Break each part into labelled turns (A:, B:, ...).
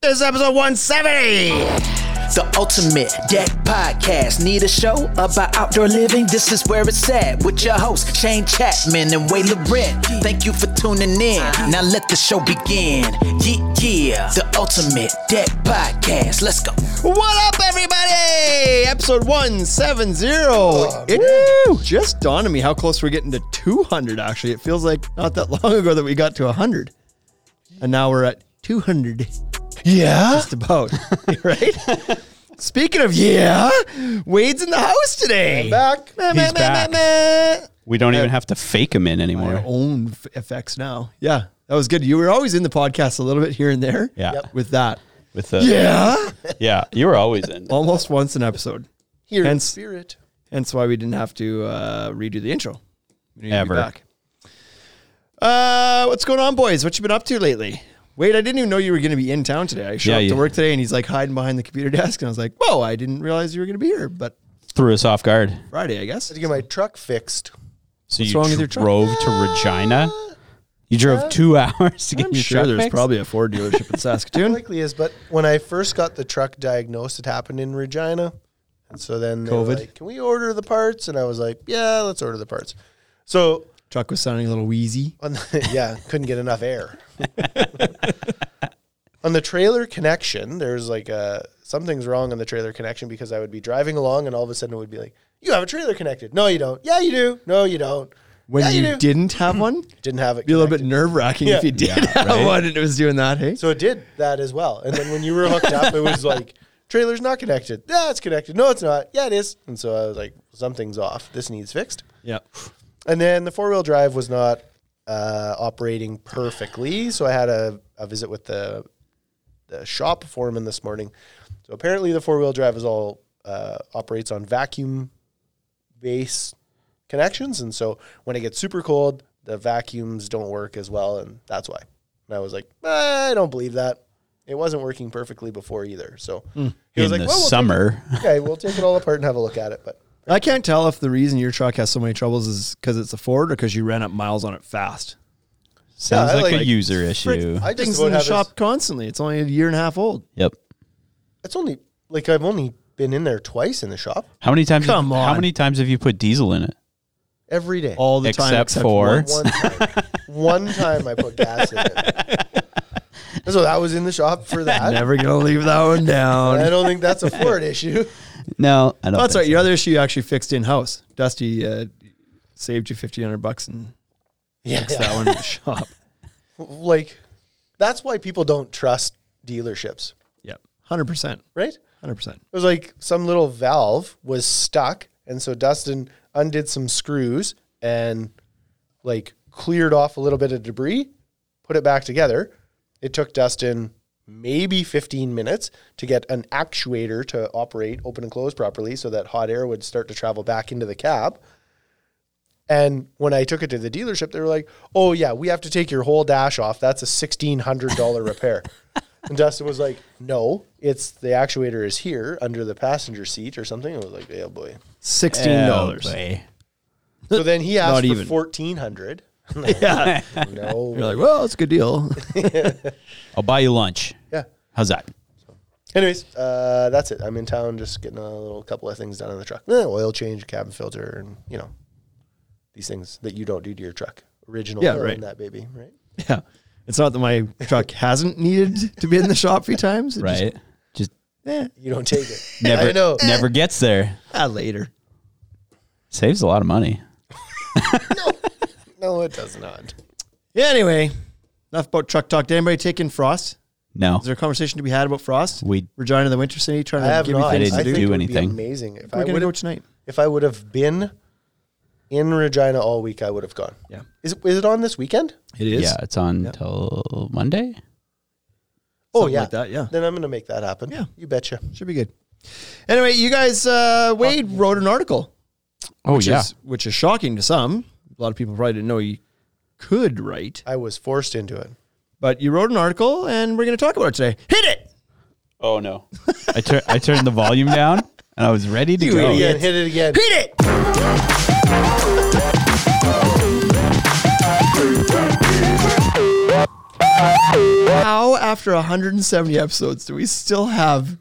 A: This is episode 170.
B: The Ultimate Deck Podcast. Need a show about outdoor living? This is where it's at with your hosts, Shane Chapman and Way Rent. Thank you for tuning in. Now let the show begin. Yeah, yeah. The Ultimate Deck Podcast. Let's go.
A: What up, everybody? Episode 170. It Woo! just dawned on me how close we're getting to 200, actually. It feels like not that long ago that we got to 100. And now we're at 200,
C: Yeah.
A: just about, right? Speaking of, yeah, Wade's in the house today.
C: Back.
A: Meh, meh,
D: He's
A: meh,
D: back.
A: meh, meh.
D: We don't even have to fake him in
A: my
D: anymore.
A: own f- effects now. Yeah, that was good. You were always in the podcast a little bit here and there.
D: Yeah. Yep.
A: with that.
D: With the,
A: Yeah,
D: yeah, you were always in.
A: almost once an episode.
C: Here
A: Hence-
C: spirit.
A: Hence why we didn't have to uh, redo the intro. We needed to be
D: Ever.
A: back. Uh, what's going on, boys? What you been up to lately? Wait, I didn't even know you were going to be in town today. I showed
D: Yeah,
A: up to
D: you-
A: work today, and he's like hiding behind the computer desk, and I was like, "Whoa, I didn't realize you were going to be here." But
D: Threw us off guard.
A: Friday, I guess.
C: Had to get my truck fixed.
D: So
A: What's
D: you
A: wrong with your truck?
D: drove to Regina. You drove two hours to get
A: I'm
D: your
A: sure
D: truck
A: there's
D: fixed?
A: probably a Ford dealership in Saskatoon.
C: Likely is, but when I first got the truck diagnosed, it happened in Regina. And so then they were
A: COVID.
C: like, Can we order the parts? And I was like, Yeah, let's order the parts. So
A: Truck was sounding a little wheezy.
C: on the, yeah, couldn't get enough air. on the trailer connection, there's like a something's wrong on the trailer connection because I would be driving along and all of a sudden it would be like, You have a trailer connected. No, you don't. Yeah, you do. No, you don't.
A: When
C: Yeah,
A: you,
C: you do.
A: didn't have one,
C: Didn't have it.
A: be a little
C: connected.
A: bit nerve wracking if
C: Yeah.
A: you did have one and it was doing that. Hey,
C: So it did that as well. And then when you were hooked up, it was like trailer's not connected. Yeah, it's connected. No, it's not. Yeah, it is. And so I was like, something's off. This needs fixed.
A: yeah,
C: And then the four wheel drive was not uh, operating perfectly. So I had a, a visit with the the shop foreman this morning. So apparently the four wheel drive is all uh, operates on vacuum base connections, and so when it gets super cold, the vacuums don't work as well, and that's why. And I was like, I don't believe that. It wasn't working perfectly before either. So he
D: in
C: was like,
D: the
C: well, we'll
D: summer.
C: take, okay, we'll take it all apart and have a look at it. But
A: I can't tell if the reason your truck has so many troubles is because it's a Ford or because you ran up miles on it fast.
D: Sounds
C: Yeah, I
D: like,
C: like-
D: a user issue.
C: I just
A: Things
C: about
A: in the
C: have
A: shop
C: As,
A: constantly. It's only a year and a half old.
D: yep.
C: it's only like I've only been in there twice in the shop
D: How many times?
A: Come
D: have, How
A: on.
D: many times have you put diesel in it?
C: every day.
A: All the time
D: Except for-
A: once.
C: One time. one time I put gas in it. So that was in the shop for that.
A: Never gonna leave that one
C: I
A: down.
C: don't think that's a Ford issue.
D: No, I don't.
A: That's
D: think
A: right. Your other issue you actually fixed in house. Dusty uh, saved you fifteen hundred bucks and
C: Yeah.
A: fixed that one in the shop.
C: Like, that's why people don't trust dealerships,
A: Yep, hundred percent,
C: right? It
A: hundred percent.
C: was like some little valve was stuck. And so Dustin undid some screws and like cleared off a little bit of debris, put it back together. It took Dustin maybe 15 minutes to get an actuator to operate, open and close properly so that hot air would start to travel back into the cab. And when I took it to the dealership, they were like, "Oh yeah, we have to take your whole dash off. That's a sixteen hundred dollar repair." and Dustin was like, "No, it's the actuator is here under the passenger seat or something." I was like, "Yeah, boy."
A: Sixteen dollars.
D: Oh, boy.
C: So then he asked
A: Not
C: for
A: even.
C: fourteen hundred.
A: yeah,
C: No,
A: you're like, well, it's a good deal.
D: I'll buy you lunch.
C: yeah.
D: How's that?
C: Anyways, uh, that's it. I'm in town, just getting a little couple of things done on the truck: Eh, oil change, cabin filter, and you know these things that you don't do to your truck. Original,
A: Yeah,
C: oil in
A: right.
C: That baby, right?
A: Yeah. It's not that my truck hasn't needed to be in the shop a few times. It
D: Right. Just,
A: Just, eh,
C: You don't take it.
D: never.
C: I know.
D: Never gets there.
A: ah, later.
D: Saves a lot of money.
C: No, it does not.
A: Anyway, enough about truck talk. Did anybody take in frost?
D: No.
A: Is there a conversation to be had about frost?
D: We-
A: Regina, the Winter City, trying
C: I
A: to
C: have
A: give you
C: not.
A: things
D: didn't
C: I
A: to
C: think
A: do.
D: do
C: it would
D: anything.
C: Be amazing. If
A: We're
C: I
A: gonna
C: would
A: go
C: have,
A: tonight.
C: if I would have been in Regina all week, I would have gone.
A: Yeah,
C: Is it, is it on this weekend?
A: it is.
D: yeah, it's on till Monday.
C: Oh
A: Something
C: yeah.
A: like that, yeah.
C: Then I'm gonna make that happen.
A: Yeah.
C: You betcha.
A: should be good. Anyway, you guys, uh, Wade wrote an article,
D: Oh
A: which is which is shocking to some. A lot of people probably didn't know you could write,
C: I was forced into it.
A: but you wrote an article, and we're going to talk about it today. Hit it!
D: Oh no. I tur- I turned the volume down and I was ready to
A: Oh,
D: go.
C: Again, hit it again.
A: Hit it! How, after 170 episodes, do we still have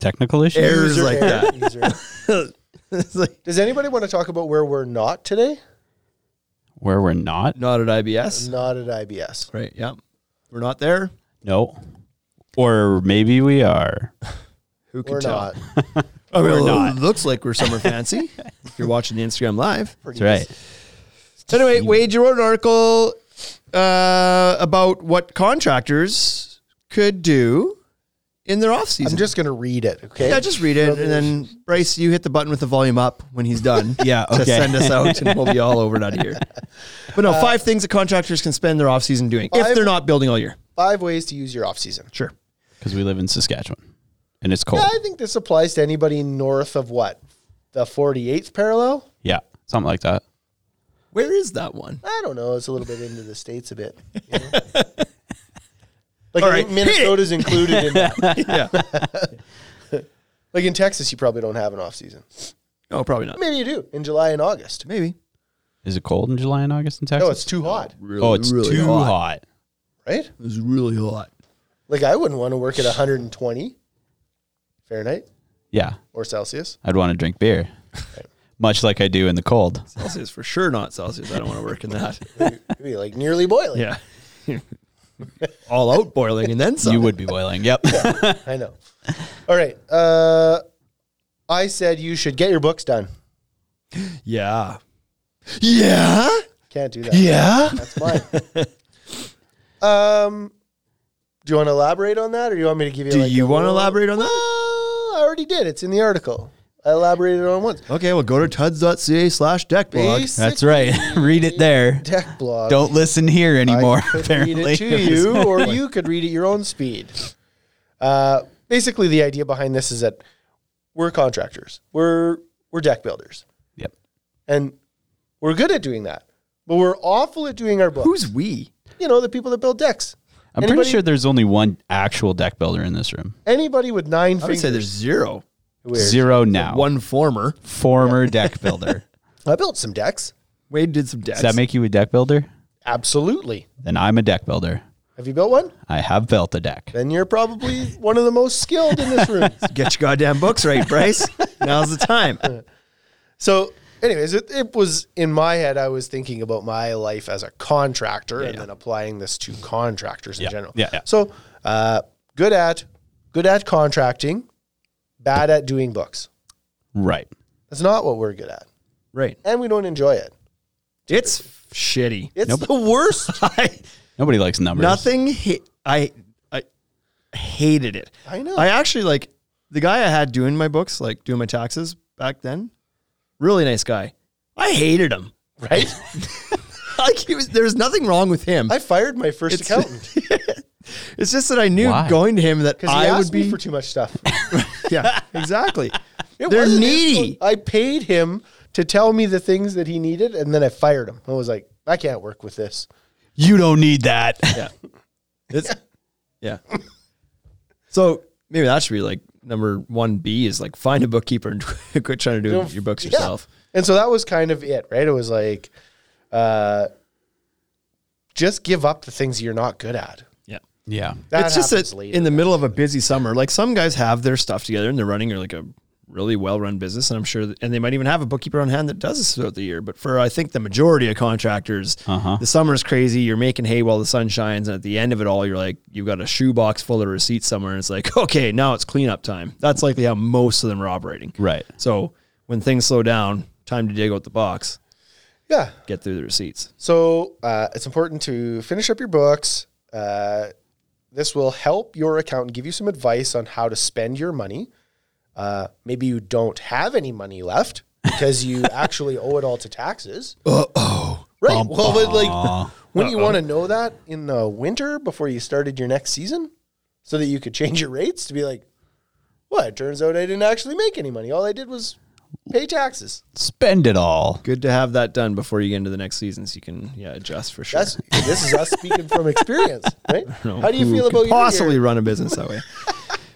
D: Technical issue.
A: errors
C: User
A: like
C: error,
A: that?
C: user error.
A: It's like,
C: Does anybody want to talk about where we're not today?
D: Where we're not.
A: not at IBS.
C: Not at IBS.
A: Right. Yeah. We're not there.
D: No. Or maybe we are.
A: Who can
C: We're
A: tell?
C: not.
A: I mean,
D: We're
A: it
D: not.
A: looks like we're summer fancy if you're watching the Instagram live.
D: That's right.
A: So anyway, Wade, you wrote an article uh, about what contractors could do in their off season.
C: I'm just going to read it, okay?
A: yeah, just read it, and then Bryce, you hit the button with the volume up when he's done.
D: Yeah,
A: to
D: okay.
A: send us out, and we'll be all over it out of here. But no, five things that contractors can spend their off season doing if
C: Five-
A: they're not building all year.
C: Five ways to use your off season.
A: Sure.
D: Because we live in Saskatchewan and it's cold.
C: I think this applies to anybody north of what? The 48th parallel?
D: Yeah. Something like that.
A: Where is that one?
C: I don't know. It's a little bit into the states a bit. you know? like
A: All
C: I
A: right,
C: think
A: hit it.
C: Minnesota's included in that.
A: yeah.
C: Like in Texas, you probably don't have an off season.
A: No, Oh, probably not.
C: Maybe you do in July and August.
A: Maybe.
D: Is it cold in July and August in Texas?
C: No, it's too hot,
A: Really,
D: oh, it's too hot.
C: right?
A: It was really hot.
C: Like I wouldn't want to work at 120 Fahrenheit
D: Yeah.
C: or Celsius.
D: I'd want to drink beer, much like I do in the cold.
A: Celsius for sure not Celsius. I don't want to work in that.
C: It'd be like nearly boiling.
A: Yeah. All out boiling and then some.
D: You would be boiling. Yep.
C: I know. All right. Uh, I said you should get your books done.
A: Yeah. Yeah.
C: Can't do that.
A: Yeah.
C: That's mine. um, do you want to elaborate on that, or you want me to give you?
A: Do
C: like
A: you
C: a
A: want to
C: little-
A: elaborate on that?
C: Well, I already did. It's in the article. I elaborated on it once.
A: Okay, well, go to tuds.ca slash deck blog.
C: Basic
D: That's right. Read it there.
C: Tech blog.
D: Don't listen here anymore.
C: I could
D: apparently,
C: read it to you, or you could read it your own speed. Uh, basically, the idea behind this is that we're contractors. We're we're deck builders,
D: Yep.
C: and we're good at doing that. But we're awful at doing our books.
A: Who's we?
C: you know the people that build decks?
D: I'm
C: Anybody-
D: pretty sure there's only one actual deck builder in this room.
C: Anybody with nine
A: I would
C: fingers.
A: say there's zero.
C: Weird.
D: Zero now.
A: One former.
D: former deck builder.
C: I built some decks.
A: Wade did some decks.
D: Does that make you a deck builder?
C: Absolutely.
D: Then I'm a deck builder.
C: Have you built one?
D: I have built a deck.
C: Then you're probably one of the most skilled in this room.
A: Get your goddamn books right, Bryce. Now's the time.
C: So, anyways, it, it was in my head. I was thinking about my life as a contractor and then applying this to contractors in
D: Yeah,
C: general.
D: yeah, yeah.
C: So, uh, good at good at contracting, bad at doing books.
D: Right.
C: That's not what we're good at,
A: Right.
C: and we don't enjoy it.
A: It's shitty.
C: It's the worst.
A: I,
D: Nobody likes numbers.
A: nothing. Hit, I I hated it.
C: I know.
A: I actually like the guy I had doing my books, like doing my taxes back then. Really nice guy. I hated him.
C: right?
A: Like he was, there was nothing wrong with him.
C: I fired my first
A: It's-
C: accountant
A: it's just that I knew
D: Why?
A: going to him that
C: because he
A: I
C: asked
A: would be.
C: me for too much stuff.
A: yeah, exactly.
C: It
A: They're
C: wasn't his
A: needy.
C: fault. I paid him to tell me the things that he needed, and then I fired him. I was like, I can't work with this.
D: You don't need that.
A: Yeah, it's yeah. So maybe that should be like number one B is like find a bookkeeper and quit trying to do your books
C: Yeah.
A: yourself.
C: And so that was kind of it, right? It was like, uh, just give up the things you're not good at.
A: Yeah.
D: Yeah.
C: That
A: it's just
C: happens
A: that
C: later.
A: in the middle of a busy summer, like some guys have their stuff together and they're running like a really well-run business, and I'm sure, that, and they might even have a bookkeeper on hand that does this throughout the year. But for I think the majority of contractors,
D: Uh-huh.
A: the summer's crazy. You're making hay while the sun shines, and at the end of it all, you're like you've got a shoebox full of receipts somewhere, and it's like, okay, now it's cleanup time. That's likely how most of them are operating.
D: Right.
A: So when things slow down, time to dig out the box,
C: yeah.
A: get through the receipts.
C: So uh, it's important to finish up your books. Uh, this will help your accountant give you some advice on how to spend your money. Uh, maybe you don't have any money left because you actually owe it all to taxes. Uh oh. Right. well, but like, wouldn't you want to know that in the winter before you started your next season so that you could change your rates to be like, well, it turns out I didn't actually make any money. All I did was pay taxes.
D: Spend it all.
A: Good to have that done before you get into the next season, so you can yeah adjust for sure.
C: That's this is us speaking from experience, right?
A: know
C: How do you
A: who
C: feel
A: could
C: about your
A: possibly
C: year?
A: run a business that way?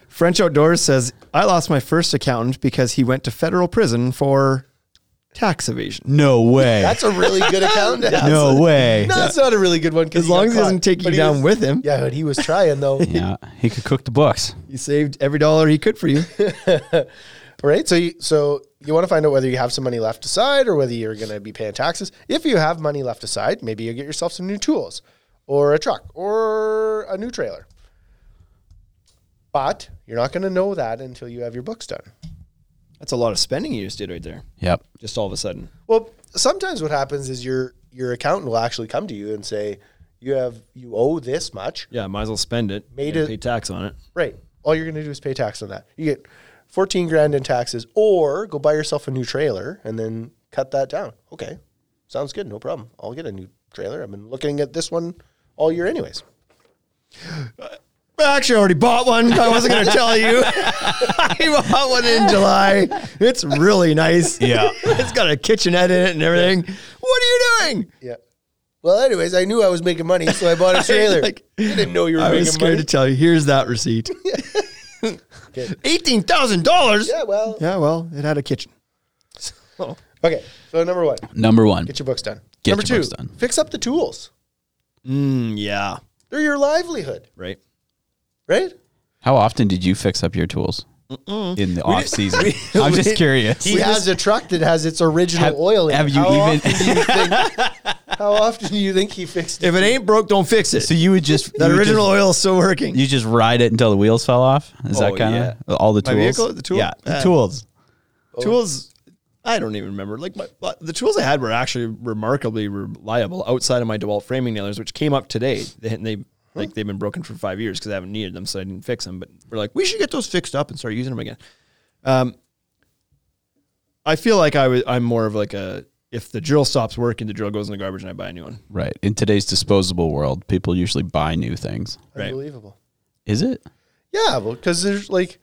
A: French Outdoors says I lost my first accountant because he went to federal prison for Tax evasion.
D: No way.
E: That's a really good account.
D: no way.
C: No, that's not a really good one. 'cause
A: As
C: he got
A: long as he doesn't
C: caught.
A: take you
C: But he
A: down
C: was-
A: with him,
C: Yeah, but he was trying though.
D: Yeah, he could cook the books.
A: he saved every dollar he could for you.
C: All right. So you, so you want to find out whether you have some money left aside or whether you're going to be paying taxes. If you have money left aside, maybe you get yourself some new tools or a truck or a new trailer. But you're not going to know that until you have your books done.
A: That's a lot of spending you just did right there.
D: Yep.
A: Just all of a sudden.
C: Well, sometimes what happens is your your accountant will actually come to you and say, "You have you owe this much."
A: Yeah, might as well spend it.
C: Made
A: and
C: it-
A: Pay tax on it.
C: Right. All you're going to do is pay tax on that. You get 14 grand in taxes or go buy yourself a new trailer and then cut that down. Okay. Sounds good. No problem. I'll get a new trailer. I've been looking at this one all year anyways.
A: I actually already bought one. I wasn't going to tell you. I bought one in July. It's really nice.
D: Yeah.
A: It's got a kitchenette in it and everything. What are you doing?
C: Yeah. Well, anyways, I knew I was making money, so I bought a trailer.
A: Like,
C: I didn't know you were
A: I
C: making
A: was scared
C: money.
A: to tell you. Here's that receipt. Eighteen thousand dollars.
C: yeah, well.
A: Yeah, well, it had a kitchen.
C: Okay. So number 1,
D: Number one.
C: get your books done.
D: Get
C: number
D: your books
C: 2,
D: done.
C: fix up the tools.
A: Mm, yeah,
C: They're your livelihood,
A: right.
C: right?
D: How often did you fix up your tools in the off season? I'm just curious.
C: He has a truck that has its original
D: Have-
C: oil in
D: have
C: it.
D: you
C: how
D: even-
C: Often do you think, how often do you think he fixed it?
A: If it ain't broke, don't fix it.
D: So you would just
A: that
D: you would
A: original
D: just-
A: oil is still working.
D: you just ride it until the wheels fell off. Is that
A: Oh,
D: kind of all the
A: My
D: tools?
A: vehicle? The tool?
D: Yeah, the
A: Uh,
D: tools.
A: Oh. tools, I don't even remember. Like my, but the tools I had were actually remarkably reliable outside of my DeWalt framing nailers, which came up today. They, and they like they've been broken for five years because I haven't needed them, so I didn't fix them. But we're like, we should get those fixed up and start using them again. Um, I feel like I was. I'm more of like a if the drill stops working, the drill goes in the garbage and I buy a new one.
D: Right. In today's disposable world, people usually buy new things.
A: Right.
C: Unbelievable.
D: Is it?
C: Yeah, well, because there's like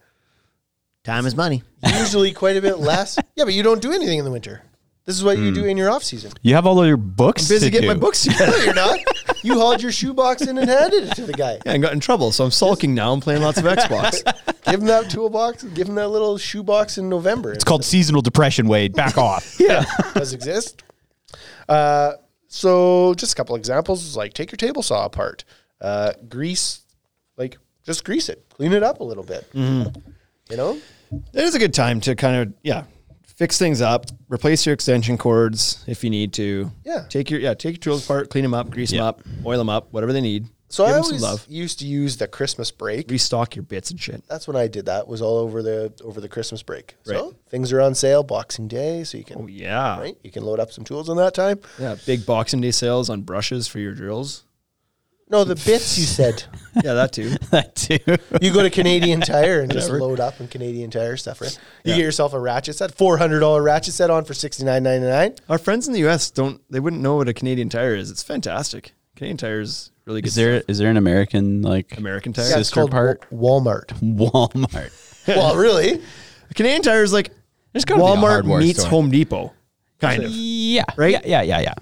A: Time is money.
C: usually quite a bit less. Yeah, but you don't do anything in the winter. This is what
D: Hmm.
C: you do in your off season.
D: You have all of your books.
A: Busy
D: to
A: getting
D: do.
A: my books together.
C: No, you're not. You hauled your shoebox in and handed it to the guy.
A: Yeah, and got in trouble, so I'm sulking now. I'm playing lots of Xbox.
C: Give him that toolbox. Give him that little shoebox in November.
D: It's called seasonal depression. Wade, back off.
A: yeah.
C: does exist. Uh, so just a couple examples is like take your table saw apart, uh, grease, like just grease it, clean it up a little bit.
A: Mm-hmm.
C: You know,
A: it is a good time to kind of yeah fix things up replace your extension cords if you need to
C: Yeah.
A: take your yeah take your tools apart clean them up grease them up oil them up whatever they need
C: so I
A: them
C: always used to use the Christmas break
A: restock your bits and shit
C: that's when I did that was all over the over the Christmas break. So
A: Right. Oh,
C: things are on sale Boxing Day, so you can
A: yeah
C: right you can load up some tools on that time.
A: yeah big boxing day sales on brushes for your drills
C: No, the bits you said.
A: yeah that too
D: that too.
C: You go to Canadian Tire and just
A: Whatever.
C: load up on Canadian Tire stuff, right? You get yourself a ratchet set, four hundred dollar ratchet set on for sixty nine ninety nine.
A: our friends in the us don't they wouldn't know what a canadian tire is it's fantastic canadian tire is really good
D: Is there is there an American like
A: American Tire? Yeah,
C: Yeah, it's
D: sister
C: called
D: part?
C: Wa- Walmart.
D: Walmart.
C: well, really?
A: canadian tire is like
D: gotta be a
A: walmart
D: hardware
A: meets
D: store.
A: home depot kind of
D: Yeah.
A: Right?
D: Yeah. Yeah. Yeah. yeah.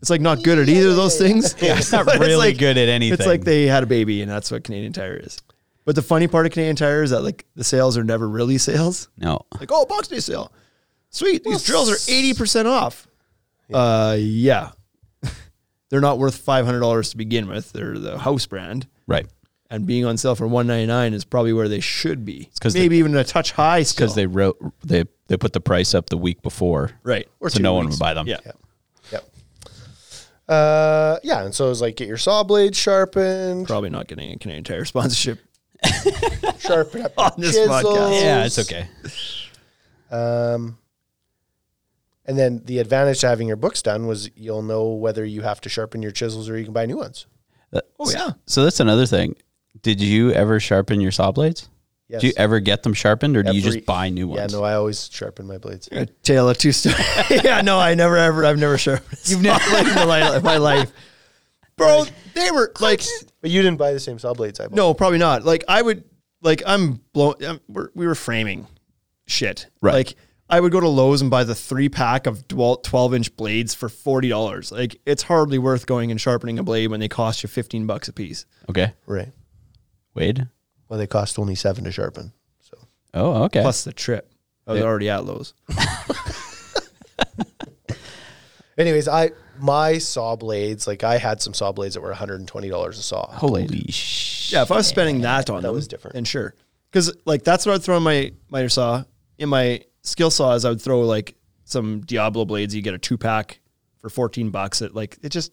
A: it's like not good at either of those things yeah
D: It's not really good at anything.
A: It's like they had a baby, and that's what Canadian Tire is. But the funny part of Canadian Tire is that like the sales are never really sales.
D: no.
A: Like, oh, box day sale, sweet. These drills are eighty percent off. Uh, yeah, they're not worth five hundred dollars to begin with. They're the house brand,
D: Right.
A: and being on sale for one ninety nine is probably where they should be.
D: 'cause
A: maybe even a touch high still.
D: Because they wrote they they put the price up the week before.
A: right.
D: so no one would buy them.
A: Yeah. yeah.
C: Yep. Uh, yeah, and so it's like get your saw blade sharpened,
A: Probably not getting a Canadian Tire sponsorship.
C: sharpen up
A: On
C: your
A: this podcast.
C: chisels.
D: Yeah, it's okay.
C: Um, and then the advantage to having your books done was you'll know whether you have to sharpen your chisels or you can buy new ones.
A: Oh yeah.
D: So that's another thing. Did you ever sharpen your saw blades?
C: Yes.
D: Do you ever get them sharpened, or do you
C: Every-
D: just buy new ones?
C: Yeah, no, I always sharpen my blades.
A: A tale of two stories. yeah, no, I never ever, I've never sharpened. You've never in my life, my life. bro. They were like,
C: But you didn't buy the same saw blades I bought.
A: no, probably not. Like I would, like I'm blown. i we're, we were framing shit.
D: Right.
A: Like I would go to Lowe's and buy the three pack of Dwalt 12 inch blades for forty dollars. Like it's hardly worth going and sharpening a blade when they cost you fifteen bucks a piece.
D: Okay,
C: Right.
D: Wade.
C: Well, they cost only seven to sharpen. So
D: Oh, okay.
A: Plus the trip. I was already at Lowe's.
C: Anyways, I my saw blades, like I had some saw blades that were $120 a saw.
D: Holy sh!
A: Yeah, if I was spending that on them,
C: was different.
A: Then sure, because like that's what I'd throw in my miter saw. In my skill saw, is I would throw like some Diablo blades. You get a two pack for fourteen bucks. It like it just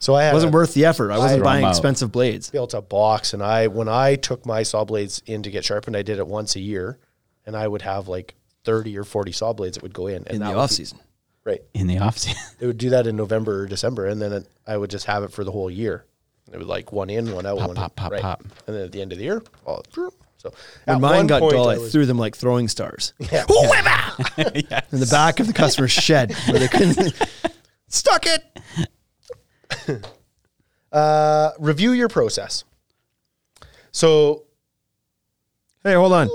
C: So Uh, I had
A: wasn't
C: a-
A: worth the effort. I wasn't
D: Throw 'em
A: buying
D: out.
A: expensive blades.
C: built a box and I when I took my saw blades in to get sharpened, I did it once a year and I would have like 30 or 40 saw blades that would go in and
A: in
C: that
A: the
C: would
A: off
C: be-
A: season.
C: right.
D: In the off season,
C: They would do that in November or December and then it, I would just have it for the whole year. It would like one in, one out, one
D: pop, pop,
C: right.
D: pop.
C: And then at the end of the year, all so
A: When
C: at
A: mine
C: one
A: got
C: point
A: dull, I
C: I was-
A: threw them like throwing stars. Whoever! In the back of the customer's shed where they couldn't stuck it.
C: uh, review your process. So
A: Hey, hold on.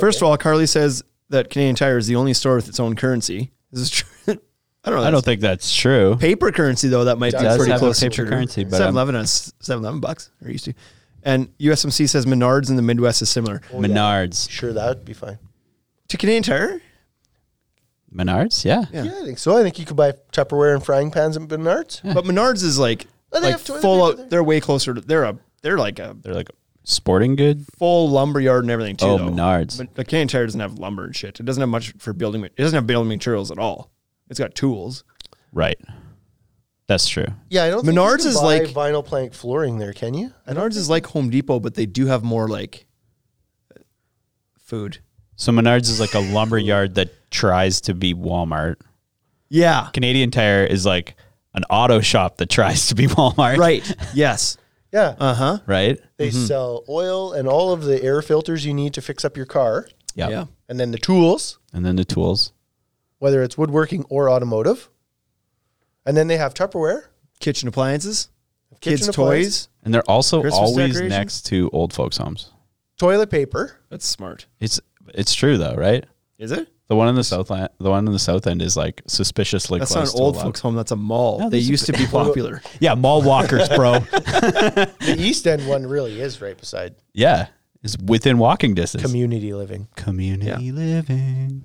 A: First of all, Carly says that Canadian Tire is the only store with its own currency. This is true. I don't know.
D: I don't
A: that's
D: think that's true.
A: paper currency though. That might be
C: Does
A: pretty
D: have a
A: close.
D: paper currency, but, um,
A: seven eleven on seven eleven bucks. Or used to. And USMC says Menards in the Midwest is similar
D: Menards,
C: sure that'd be fine.
A: to Canadian Tire.
D: Menards, yeah.
C: Yeah, I think so. I think you could buy Tupperware and frying pans at Menards.
A: But Menards is like
C: Oh, they
A: like
C: have toilet
A: full
C: paper
A: out.
C: there.
A: They're way closer. To, they're a they're like a
D: They're like sporting good.
A: full lumber yard and everything too.
D: Oh,
A: though.
D: Menards.
A: But the Canadian Tire doesn't have lumber and shit. It doesn't have much for building. ma- It doesn't have building materials at all. It's got tools.
D: Right. That's true.
C: Yeah, I don't. think
A: Menards
C: you can
A: is
C: buy
A: like-
C: vinyl plank flooring there. Can you?
A: Menards is like Home Depot, but they do have more like food.
D: So Menards is like a lumber yard that tries to be Walmart.
A: Yeah.
D: Canadian Tire is like an auto shop that tries to be Walmart.
A: Right. yes.
C: Yeah,
A: Uh huh.
D: Right.
C: they
A: Mm-hmm.
C: sell oil and all of the air filters you need to fix up your car,
D: Yep.
A: Yeah.
C: and then the tools,
D: And then the tools.
C: whether it's woodworking or automotive, and then they have Tupperware,
A: Kitchen appliances,
C: kitchen
A: kids'
C: appliance,
A: toys.
D: And they're also
A: Christmas
D: always
A: decorations?
D: next to old folks' homes.
C: toilet paper.
A: That's smart.
D: It's it's true though, right?
A: Is it?
D: The one in the south end, the one in the south end is like suspiciously
A: That's not
D: close
A: an
D: to
A: old
D: a lot.
A: folks' home. That's a mall.
D: No,
A: they
D: there's a
A: used to be popular.
D: Yeah, mall walkers, bro.
C: The East End one really is right beside
D: yeah, it's within walking distance.
C: community living.
D: Community living.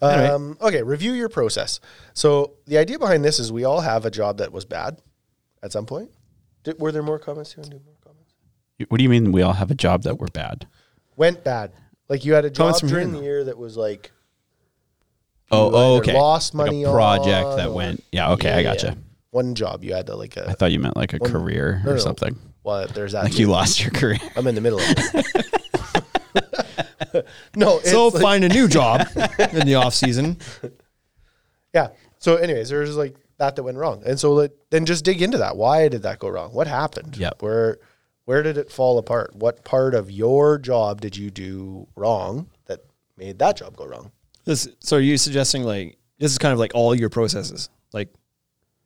C: Um, Okay, review your process. So the idea behind this is we all have a job that was bad at some point. Did, were there more comments? You wanna do more comments?
D: What do you mean? We all have a job that we're bad.
C: Went bad. Like you had a job
A: Comments from
C: during
A: here,
C: the year that was like
D: Oh, oh,
C: either
D: okay.
C: lost
D: Like
C: money
D: a project
C: on
D: that
C: or-
D: went. Yeah, okay, I gotcha.
C: Yeah. One job you had to like
D: I
C: a
D: thought you meant like a career
C: no,
D: or
C: no.
D: something.
C: well, there's that.
D: Like you
C: too.
D: lost your career.
C: I'm in the middle of it. no, it's
A: so
C: like-
A: find a new job in the off season.
C: yeah. So, anyways, there's like that that went wrong, and so like, then just dig into that. Why did that go wrong? What happened?
D: Yep.
C: Where where did it fall apart? What part of your job did you do wrong that made that job go wrong?
A: This, so are you suggesting like this is kind of like all your processes, like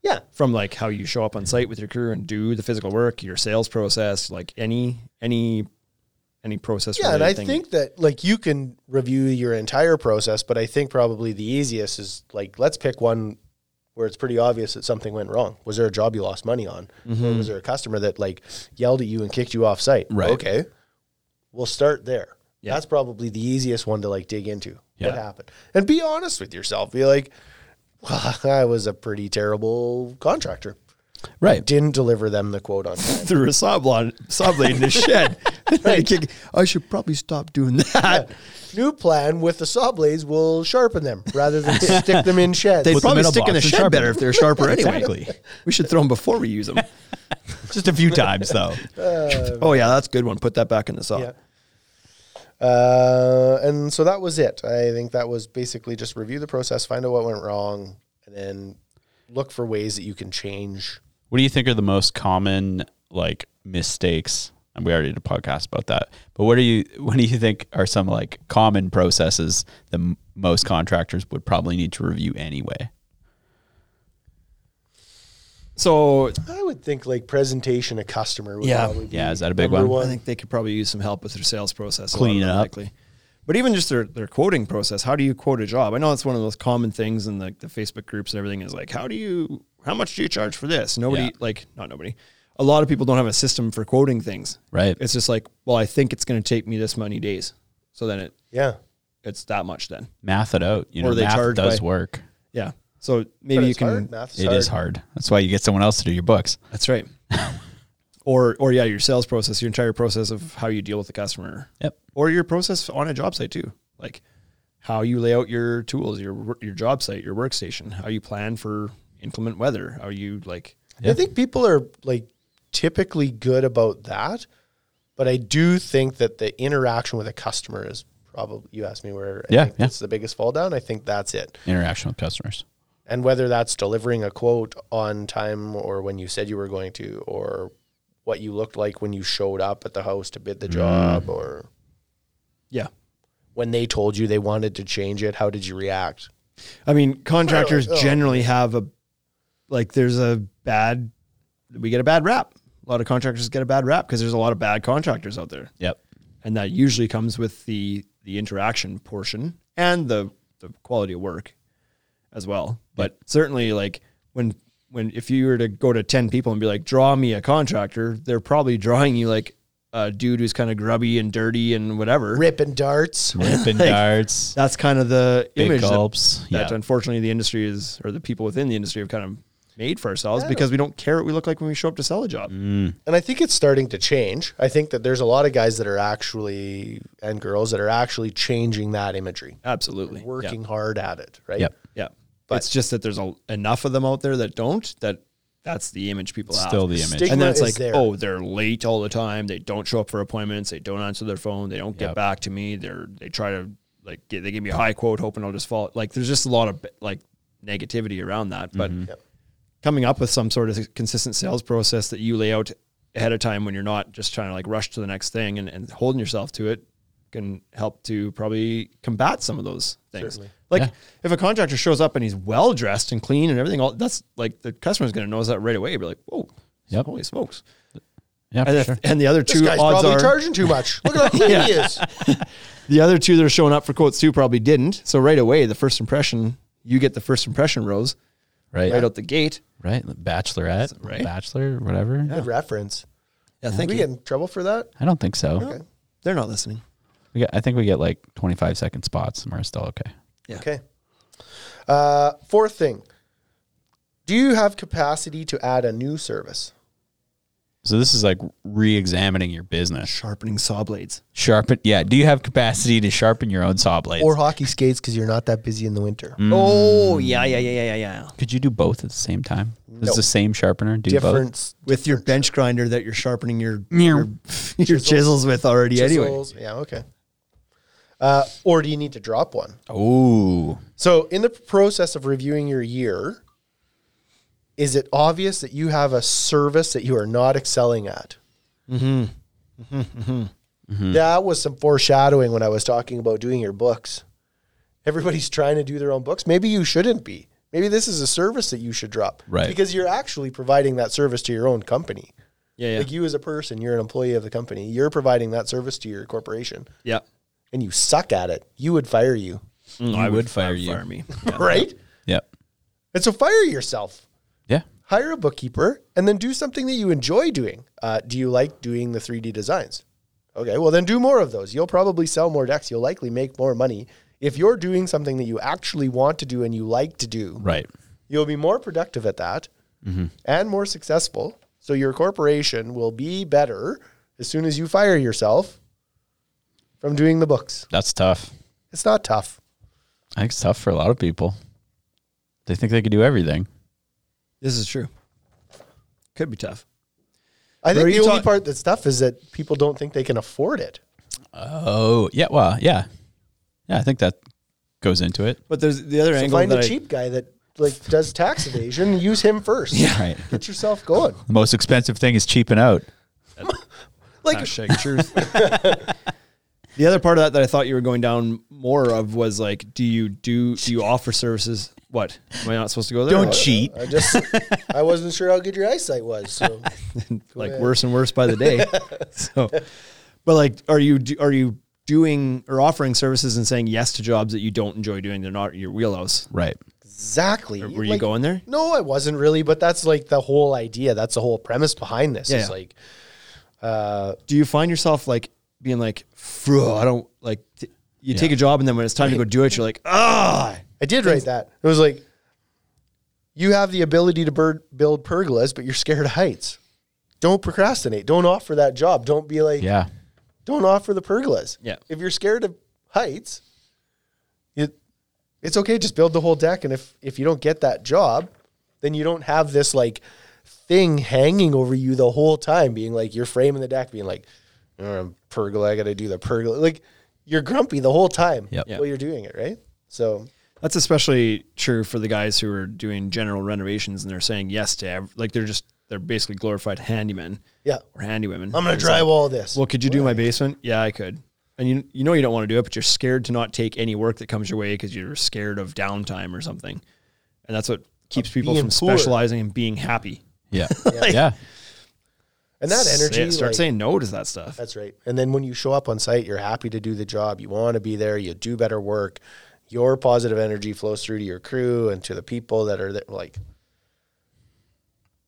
C: Yeah.
A: from like how you show up on site with your crew and do the physical work, your sales process, like any any any process.
C: Yeah, and I
A: related thing.
C: think that like you can review your entire process, but I think probably the easiest is like let's pick one where it's pretty obvious that something went wrong. Was there a job you lost money on? Or was there a customer that like yelled at you and kicked you off site?
D: Mm-hmm. Right.
C: Okay. We'll start there. That's probably the easiest one to like dig into.
D: Yeah.
C: What happened? And be honest with yourself. Be like, well, I was a pretty terrible contractor.
D: Right.
C: Didn't deliver them the quote on time.
A: threw a saw blade, saw blade in his shed. Like, I should probably stop doing that.
C: New plan with the saw blades will sharpen them rather than stick them in sheds.
A: They'd
D: Put them
A: probably
D: in a
A: stick in
D: box
A: the
D: and
A: shed
D: sharpen
A: better
D: them.
A: if they're sharper anyway.
D: Exactly.
A: We should throw them before we use them.
D: Just a few times though.
A: oh yeah, that's a good one. Put that back in the saw.
C: Yeah. Uh, and so that was it. I think that was basically just review the process, find out what went wrong, and then look for ways that you can change.
D: What do you think are the most common like mistakes? And we already did a podcast about that. But what do you what do you think are some like common processes that m- most contractors would probably need to review anyway?
A: So
C: I would think like presentation to customer would
A: Yeah.
C: probably be
D: Yeah, is that a big
C: number
D: one?
A: I think they could probably use some help with their sales process. a lot
D: Clean it
A: more
D: up.
A: likely. But even just their, their quoting process, how do you quote a job? I know it's one of those common things in like the Facebook groups and everything is like, how do you, how much do you charge for this? Nobody,
D: Yeah.
A: like, not nobody. A lot of people don't have a system for quoting things.
D: Right.
A: It's just like, well, I think it's going to take me this many days. So then it,
C: Yeah.
A: it's that much then.
D: Math it out. You know,
A: Or they
D: math
A: charge
D: does
A: by-
D: work.
A: Yeah. So maybe
C: But
A: you
C: it's
A: can.
C: hard. Math's
D: It is hard. That's why you get someone else to do your books.
A: That's right. or or yeah, your sales process, your entire process of how you deal with the customer.
D: Yep.
A: Or your process on a job site too, like how you lay out your tools, your wor- your job site, your workstation, how you plan for inclement weather, how you like.
C: I think people are like typically good about that, but I do think that the interaction with a customer is probably you asked me where I
D: Yeah,
C: think
D: yeah.
C: that's the biggest fall down. I think that's it.
D: Interaction with customers.
C: And whether that's delivering a quote on time or when you said you were going to, or what you looked like when you showed up at the house to
D: Mm.
C: bid the job, or
A: Yeah.
C: when they told you they wanted to change it, how did you react?
A: I mean, contractors
C: Really? Oh.
A: generally have a like. There's a bad. We get a bad rap. A lot of contractors get a bad rap because there's a lot of bad contractors out there.
D: Yep.
A: and that usually comes with the the interaction portion and the the quality of work as well but certainly like when when if you were to go to 10 people and be like draw me a contractor they're probably drawing you like a dude who's kind of grubby and dirty and whatever
C: Ripping darts.
D: Ripping darts.
A: that's kind of the
D: Big
A: image that-
D: gulps.
A: that,
D: Yeah.
A: unfortunately the industry is or the people within the industry have kind of made for ourselves because we don't care what we look like when we show up to sell a job
D: Mm.
C: And I think it's starting to change. I think that there's a lot of guys that are actually and girls that are actually changing that imagery,
A: absolutely Yeah.
C: working hard at it, right?
D: Yep.
A: Yeah. But it's just that there's a, enough of them out there that don't that that's the image people have.
D: Still the image.
A: and then
C: Stigma
A: it's
C: is
A: like,
C: there.
A: oh, they're late all the time. They don't show up for appointments. They don't answer their phone. They don't get
D: Yep.
A: back to me. They're they try to like get, they give me a high quote hoping I'll just fall. Like there's just a lot of like negativity around that. But
D: Mm-hmm.
C: Yep.
A: coming up with some sort of consistent sales process that you lay out ahead of time when you're not just trying to like rush to the next thing and, and holding yourself to it can help to probably combat some of those things. Like
D: Yeah.
A: if a contractor shows up and he's well dressed and clean and everything, all that's like the customer's going to notice that right away. Be like, whoa,
D: Yep.
A: holy smokes!
D: Yeah,
A: And,
D: for
A: if-
D: sure.
A: and the other
C: This
A: two
C: guy's
A: odds
C: probably
A: are
C: charging too much. Look at how clean he is.
A: the other two that are showing up for quotes too probably didn't. So right away, the first impression you get the first impression rose
D: Right.
A: right
D: Right.
A: out the gate.
D: Bachelorette.
A: Right.
D: Bachelor, whatever.
C: Good reference.
A: Yeah, thank
C: Did we
A: you.
C: get in trouble for that?
D: I don't think so.
A: They're not listening.
D: We get, I think we get like 25 second spots and we're still okay.
A: Yeah.
C: Okay. Uh, fourth thing. Do you have capacity to add a new service?
D: So this is like re-examining your business.
A: Sharpening saw blades.
D: Sharpen. Yeah. Do you have capacity to sharpen your own saw blades?
C: Or hockey skates because you're not that busy in the winter.
A: Oh yeah, yeah, yeah, yeah, yeah, yeah.
D: could you do both at the same time? Does
C: No.
D: the same sharpener do both?
C: Different
A: With your bench grinder that you're sharpening your
D: Meow.
A: your, your chisels with already anyway.
C: chisels. Yeah, okay. Uh, or do you need to drop one?
D: Oh,
C: So, in the process of reviewing your year, is it obvious that you have a service that you are not excelling at? Mm-hmm. That was some foreshadowing when I was talking about doing your books. Everybody's trying to do their own books. Maybe you shouldn't be. Maybe this is a service that you should drop.
D: Right.
C: Because you're actually providing that service to your own company.
A: Yeah, yeah,
C: Like you as a person, you're an employee of the company. You're providing that service to your corporation
A: yeah.
C: and you suck at it. You would fire you.
A: No,
D: Mm, would fire you.
A: Fire me. Yeah.
C: Right?
D: yep.
C: And so fire yourself.
D: Yeah.
C: hire a bookkeeper and then do something that you enjoy doing. Uh, do you like doing the 3D designs? Okay, well, then do more of those. You'll probably sell more decks. You'll likely make more money. If you're doing something that you actually want to do and you like to do,
D: Right.
C: you'll be more productive at that and more successful. So your corporation will be better as soon as you fire yourself from doing the books.
D: That's tough.
C: It's not tough.
D: I think it's tough for a lot of people. They think they could do everything.
A: This is true. Could be tough.
C: I
A: Bro,
C: think the
A: you
C: only
A: talk-
C: part that's tough is that people don't think they can afford it.
D: Oh, yeah. Well, yeah. Yeah. I think that goes into it.
A: But there's the other
C: So
A: angle
C: find
A: that
C: a
A: I-
C: cheap guy that like does tax evasion. Use him first.
D: Right.
C: Get yourself going.
D: The most expensive thing is cheaping out.
C: Like
A: Hashtag Ah, truth. the other part of that that I thought you were going down more of was like, do you do do you offer services? What am I not supposed to go there?
D: Don't
A: Or,
D: cheat.
C: I just I wasn't sure how good your eyesight was. So
A: like worse and worse by the day. so, but like, are you do- are you doing or offering services and saying yes to jobs that you don't enjoy doing? They're not your wheelhouse.
D: Right.
C: exactly.
A: Were you
C: Like,
A: going there?
C: No, I wasn't really, but that's like the whole idea. That's the whole premise behind this.
A: Yeah,
C: It's
A: yeah.
C: like
A: Do you find yourself like being like, "Phew, I don't like. T- you take a job and then when it's time to go do it, you're like, ah,
C: I did write that. It was like You have the ability to bird, build pergolas, but you're scared of heights. Don't procrastinate. Don't offer that job. Don't be like,
D: Yeah.
C: don't offer the pergolas.
A: Yeah.
C: If you're scared of heights, it it's okay. Just build the whole deck, and if if you don't get that job, then you don't have this like thing hanging over you the whole time, being like you're framing the deck, being like, oh, pergola, I got to do the pergola. Like you're grumpy the whole time
D: Yep.
C: while you're doing it, right? So
A: That's especially true for the guys who are doing general renovations and they're saying yes to ev- like they're just they're basically glorified handymen
C: yeah,
A: or handywomen.
C: I'm gonna drywall this.
A: Well, could you do my basement? Yeah, I could. And you you know you don't want to do it, but you're scared to not take any work that comes your way because you're scared of downtime or something. And that's what keeps people
C: being
A: from
C: poor.
A: specializing and being happy.
D: Yeah. yeah.
C: and that energy,
A: Yeah, start
C: like-
A: saying no to that stuff.
C: That's right. And then when you show up on site, you're happy to do the job. You want to be there. You do better work. Your positive energy flows through to your crew and to the people that are there. Like,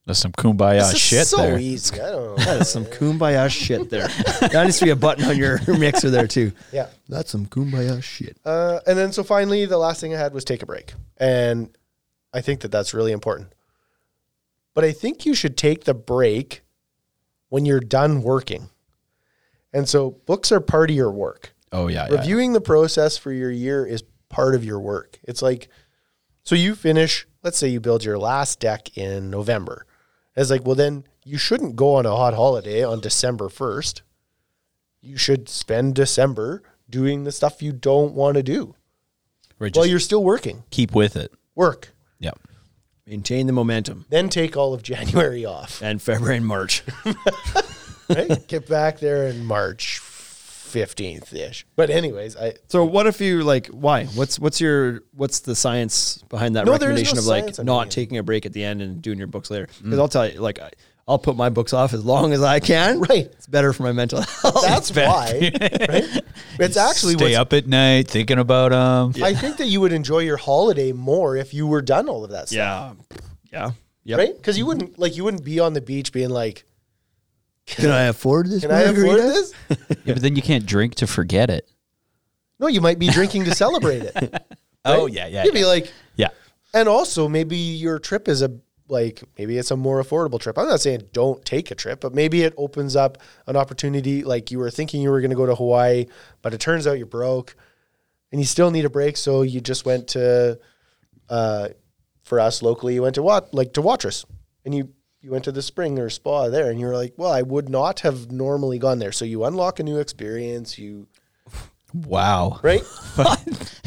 D: That's some kumbaya
C: this is
D: shit
C: so
D: there.
C: easy. I don't know.
A: That's some kumbaya shit there. that needs to be a button on your mixer there too.
C: yeah.
A: That's some kumbaya shit.
C: Uh, and then so finally, the last thing I had was take a break, and I think that that's really important. But I think you should take the break when you're done working. And so books are part of your work.
D: Oh yeah. yeah.
C: reviewing the process for your year is part of your work. It's like, so you finish, let's say you build your last deck in November. It's like, well, then you shouldn't go on a hot holiday on December 1st. You should spend December doing the stuff you don't want to do
D: Right,
C: while
D: just
C: you're still working.
D: keep with it.
C: Work.
D: Yeah.
A: Maintain the momentum.
C: Then take all of January off.
A: And February and March.
C: Right? Get back there in March 15th ish. But, anyways, I,
A: So what if you like why? What's what's your what's the science behind that
C: No, there is
A: recommendation
C: no
A: of like
C: science, I
A: not
C: mean. Mm.
A: taking a break at the end and doing your books later? Because I'll tell you, like I, I'll put my books off as long as I can.
C: Right.
A: It's better for my mental health.
C: that's why. Right? It's actually
D: Stay
C: what's
D: up at night thinking about um.
C: I think that you would enjoy your holiday more if you were done all of that stuff,
A: yeah. Yeah. Yep.
C: right? Because you wouldn't like you wouldn't be on the beach being like,
A: Can I afford this?
C: "Can I afford
A: margarita?
C: this?"
D: Yeah, but then you can't drink to forget it.
C: No, you might be drinking to celebrate it. You'd
D: Oh yeah, yeah,
C: be like,
D: yeah.
C: and also maybe your trip is a like maybe it's a more affordable trip. I'm not saying don't take a trip, but maybe it opens up an opportunity. Like you were thinking you were going to go to Hawaii, but it turns out you're broke, and you still need a break, so you just went to, uh, for us locally, you went to what like to Watrous, and you you went to the spring or spa there, and you were like, well, I would not have normally gone there. So you unlock a new experience, you
D: Wow.
C: right,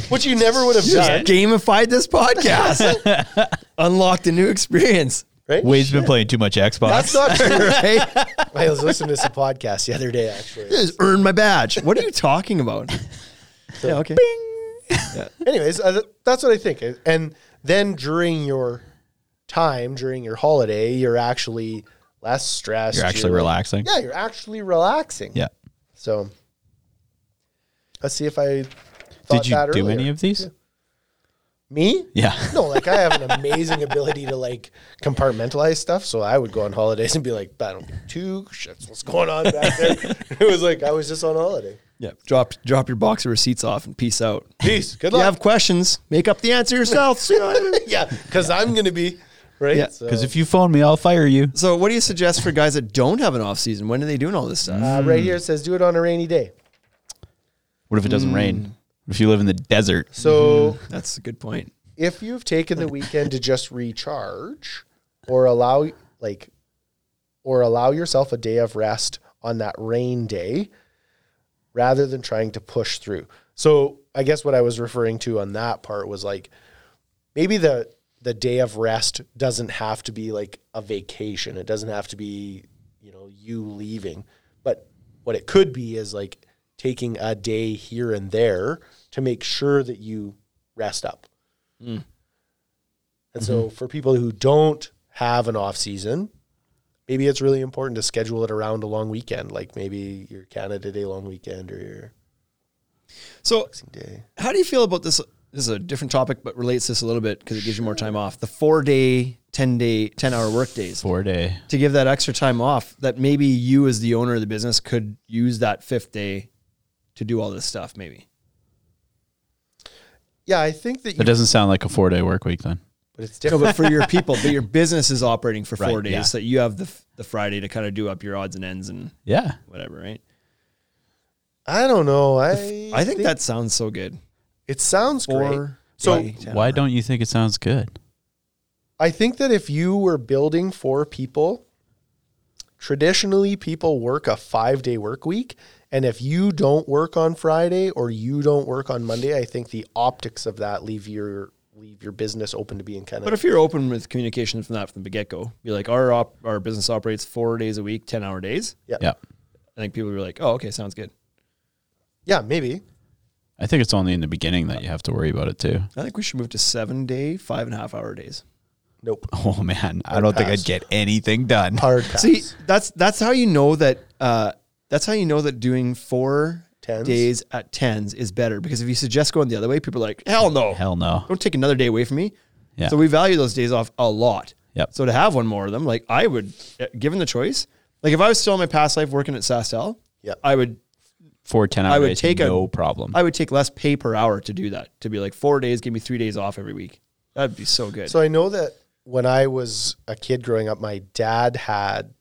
C: which you never would have
A: Just
C: done,
A: gamified this podcast. Unlocked a new experience.
C: right?
D: Wade's been playing too much Xbox.
C: That's not true.
A: Right?
C: I was listening to some podcast the other day, actually.
A: Just earn my badge. What are you talking about? yeah, okay.
C: Anyways, uh, th- that's what I think. And then during your time, during your holiday, you're actually less stressed.
D: You're actually relaxing.
C: Yeah, you're actually relaxing.
D: Yeah.
C: So let's see if I thought
D: Did you
C: that
D: do
C: earlier.
D: any of these?
C: me?
D: Yeah.
C: No, like I have an amazing ability to like compartmentalize stuff. So I would go on holidays and be like, I don't give two shits. What's going on back there? it was like I was just on holiday.
A: Yeah. Drop drop your box of receipts off and peace out.
C: Peace. Good
A: If you
C: luck.
A: have questions, make up the answer yourself. You know what I mean?
C: yeah, because I'm gonna be right.
A: Yeah,
C: so,
D: Because if you phone me, I'll fire you.
A: So, what do you suggest for guys that don't have an off season? When are they doing all this stuff?
C: uh, right here it says do it on a rainy day.
D: What if it doesn't rain? If you live in the desert,
C: So
A: That's a good point.
C: if you've taken the weekend to just recharge, or allow like, or allow yourself a day of rest on that rain day, rather than trying to push through. So I guess what I was referring to on that part was like, maybe the the day of rest doesn't have to be like a vacation. It doesn't have to be, you know, you leaving. But what it could be is like taking a day here and there to make sure that you rest up. And so for people who don't have an off season, maybe it's really important to schedule it around a long weekend, like maybe your Canada Day long weekend or your
A: So,
C: day.
A: how do you feel about this? This is a different topic, but relates this a little bit because it gives you more time off. The four day, 10 day, 10 hour work days
D: four day.
A: to give that extra time off that maybe you, as the owner of the business, could use that fifth day to do all this stuff, maybe.
C: Yeah, I think that you
D: That doesn't sound like a four day work week then.
C: but it's
A: No, but
C: different.
A: for your people, but your business is operating for four
D: Right,
A: days,
D: yeah.
A: so you have the f- the Friday to kind of do up your odds and ends and
D: Yeah.
A: whatever, right?
C: I don't know. I
A: I think that sounds so good.
C: it sounds great.
A: Four,
C: So
A: eight, ten.
D: Why don't you think it sounds good?
C: I think that if you were building for people, traditionally people work a five day work week. And if you don't work on Friday or you don't work on Monday, I think the optics of that leave your leave your business open to being kind
A: But
C: of
A: if you're open with communication from that from the get go, you're like our op- our business operates four days a week, ten hour days.
D: Yeah.
A: I think people were like, "Oh, okay, sounds good."
C: yeah maybe
D: I think it's only in the beginning that you have to worry about it too.
A: I think we should move to seven day, five and a half hour days.
C: nope
D: Oh man, I don't think
C: pass.
D: I'd get anything done.
C: hard pass.
A: See, that's that's how you know that uh, that's how you know that doing four
C: Tens?
A: days at tens is better because if you suggest going the other way, people are like, "Hell no,
D: Hell no.
A: don't take another day away from me."
D: Yeah.
A: So we value those days off a lot.
D: Yep.
A: So to have one more of them, like I would, uh, given the choice, like if I was still in my past life working at Sastel,
C: Yep.
A: I would
D: Four 10 hour
A: I would
D: days,
A: take a-
D: no problem.
A: I would take less pay per hour to do that. To be like four days, give me three days off every week. That'd be so good.
C: So I know that when I was a kid growing up, my dad had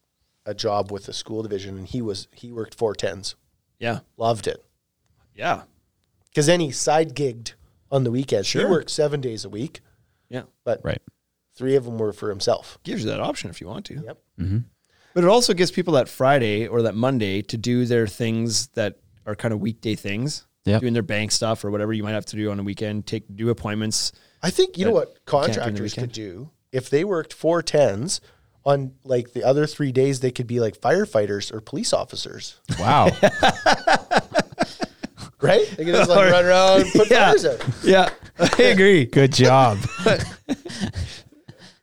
C: a job with the school division, and he was he worked four tens,
A: yeah,
C: loved it.
A: yeah,
C: Because then he side gigged on the weekends. He
A: Sure.
C: worked seven days a week,
A: yeah.
C: but
D: right.
C: three of them were for himself.
A: Gives you that option if you want to.
C: Yep.
A: But it also gives people that Friday or that Monday to do their things that are kind of weekday things,
D: Yep.
A: doing their bank stuff or whatever you might have to do on a weekend. Take do appointments.
C: I think you know what
A: do the
C: contractors could
A: weekend.
C: do if they worked four tens on like the other three days they could be like firefighters or police officers,
D: Wow.
C: right? They could just like run around, and put fires out.
A: Yeah, I agree.
D: Good job.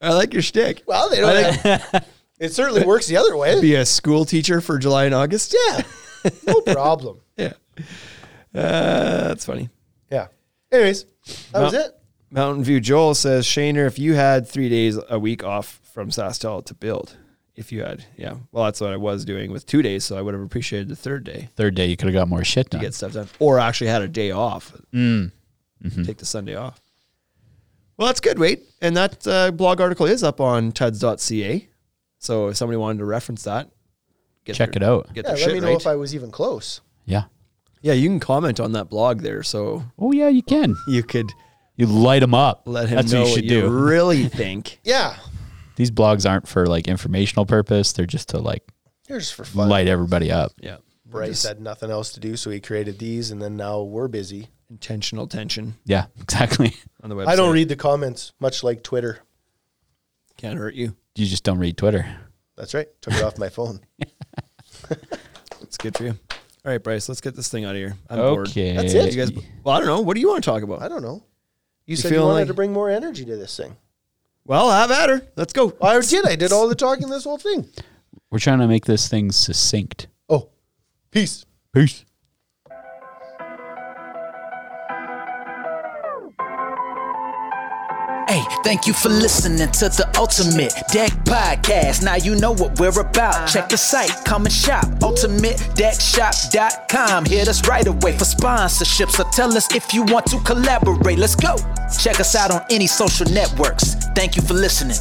A: I like your shtick.
C: Well, they don't. have- it certainly works the other way.
A: Be a school teacher for July and August.
C: Yeah, no problem.
A: Yeah, uh, that's funny.
C: Yeah. Anyways, that was it.
A: Mountain View Joel says, Shaner, if you had three days a week off from Sastel to build, if you had, yeah, well, that's what I was doing with two days, so I would have appreciated the third day
D: Third day, you could have got more shit done.
A: to get stuff done, or actually had a day off,
D: Mm.
A: take the Sunday off. Well, that's good, Wait, and that uh, blog article is up on tuds.ca, so if somebody wanted to reference that, get
D: Check
A: their-
D: it out.
A: Get
C: Yeah,
A: their
C: let
A: shit
C: me know
A: right.
C: if I was even close.
D: Yeah.
A: yeah, you can comment on that blog there, so
D: Oh yeah, you can.
A: you could
D: You light them up.
A: let him
D: That's
A: know
D: what you should do.
A: really think.
C: Yeah,
D: These blogs aren't for like informational purpose. They're just to like
C: here's for fun.
D: light everybody up.
A: yeah,
C: Bryce had nothing else to do, so he created these, and then now we're busy.
A: intentional tension
D: Yeah, exactly.
A: on the website.
C: I don't read the comments, much like Twitter.
A: Can't hurt you.
D: You just don't read Twitter.
C: That's right. Took it off my phone.
A: It's good for you. All right, Bryce, let's get this thing out of here. I'm bored.
D: Okay.
C: That's it.
A: You guys, well, I don't know. What do you want to talk
C: I
A: about?
C: don't know. You, said you
A: feeling
C: wanted
A: like-
C: to bring more energy to this thing.
A: Well, have at her. Let's go.
C: I did. I did all the talking this whole thing.
D: We're trying to make this thing succinct.
C: Oh, peace.
D: Peace.
B: Hey, thank you for listening to the Ultimate Deck Podcast. Now you know what we're about. Check the site, come and shop. UltimateDeckShop.com. Hit us right away for sponsorships. So tell us if you want to collaborate. Let's go. Check us out on any social networks. Thank you for listening.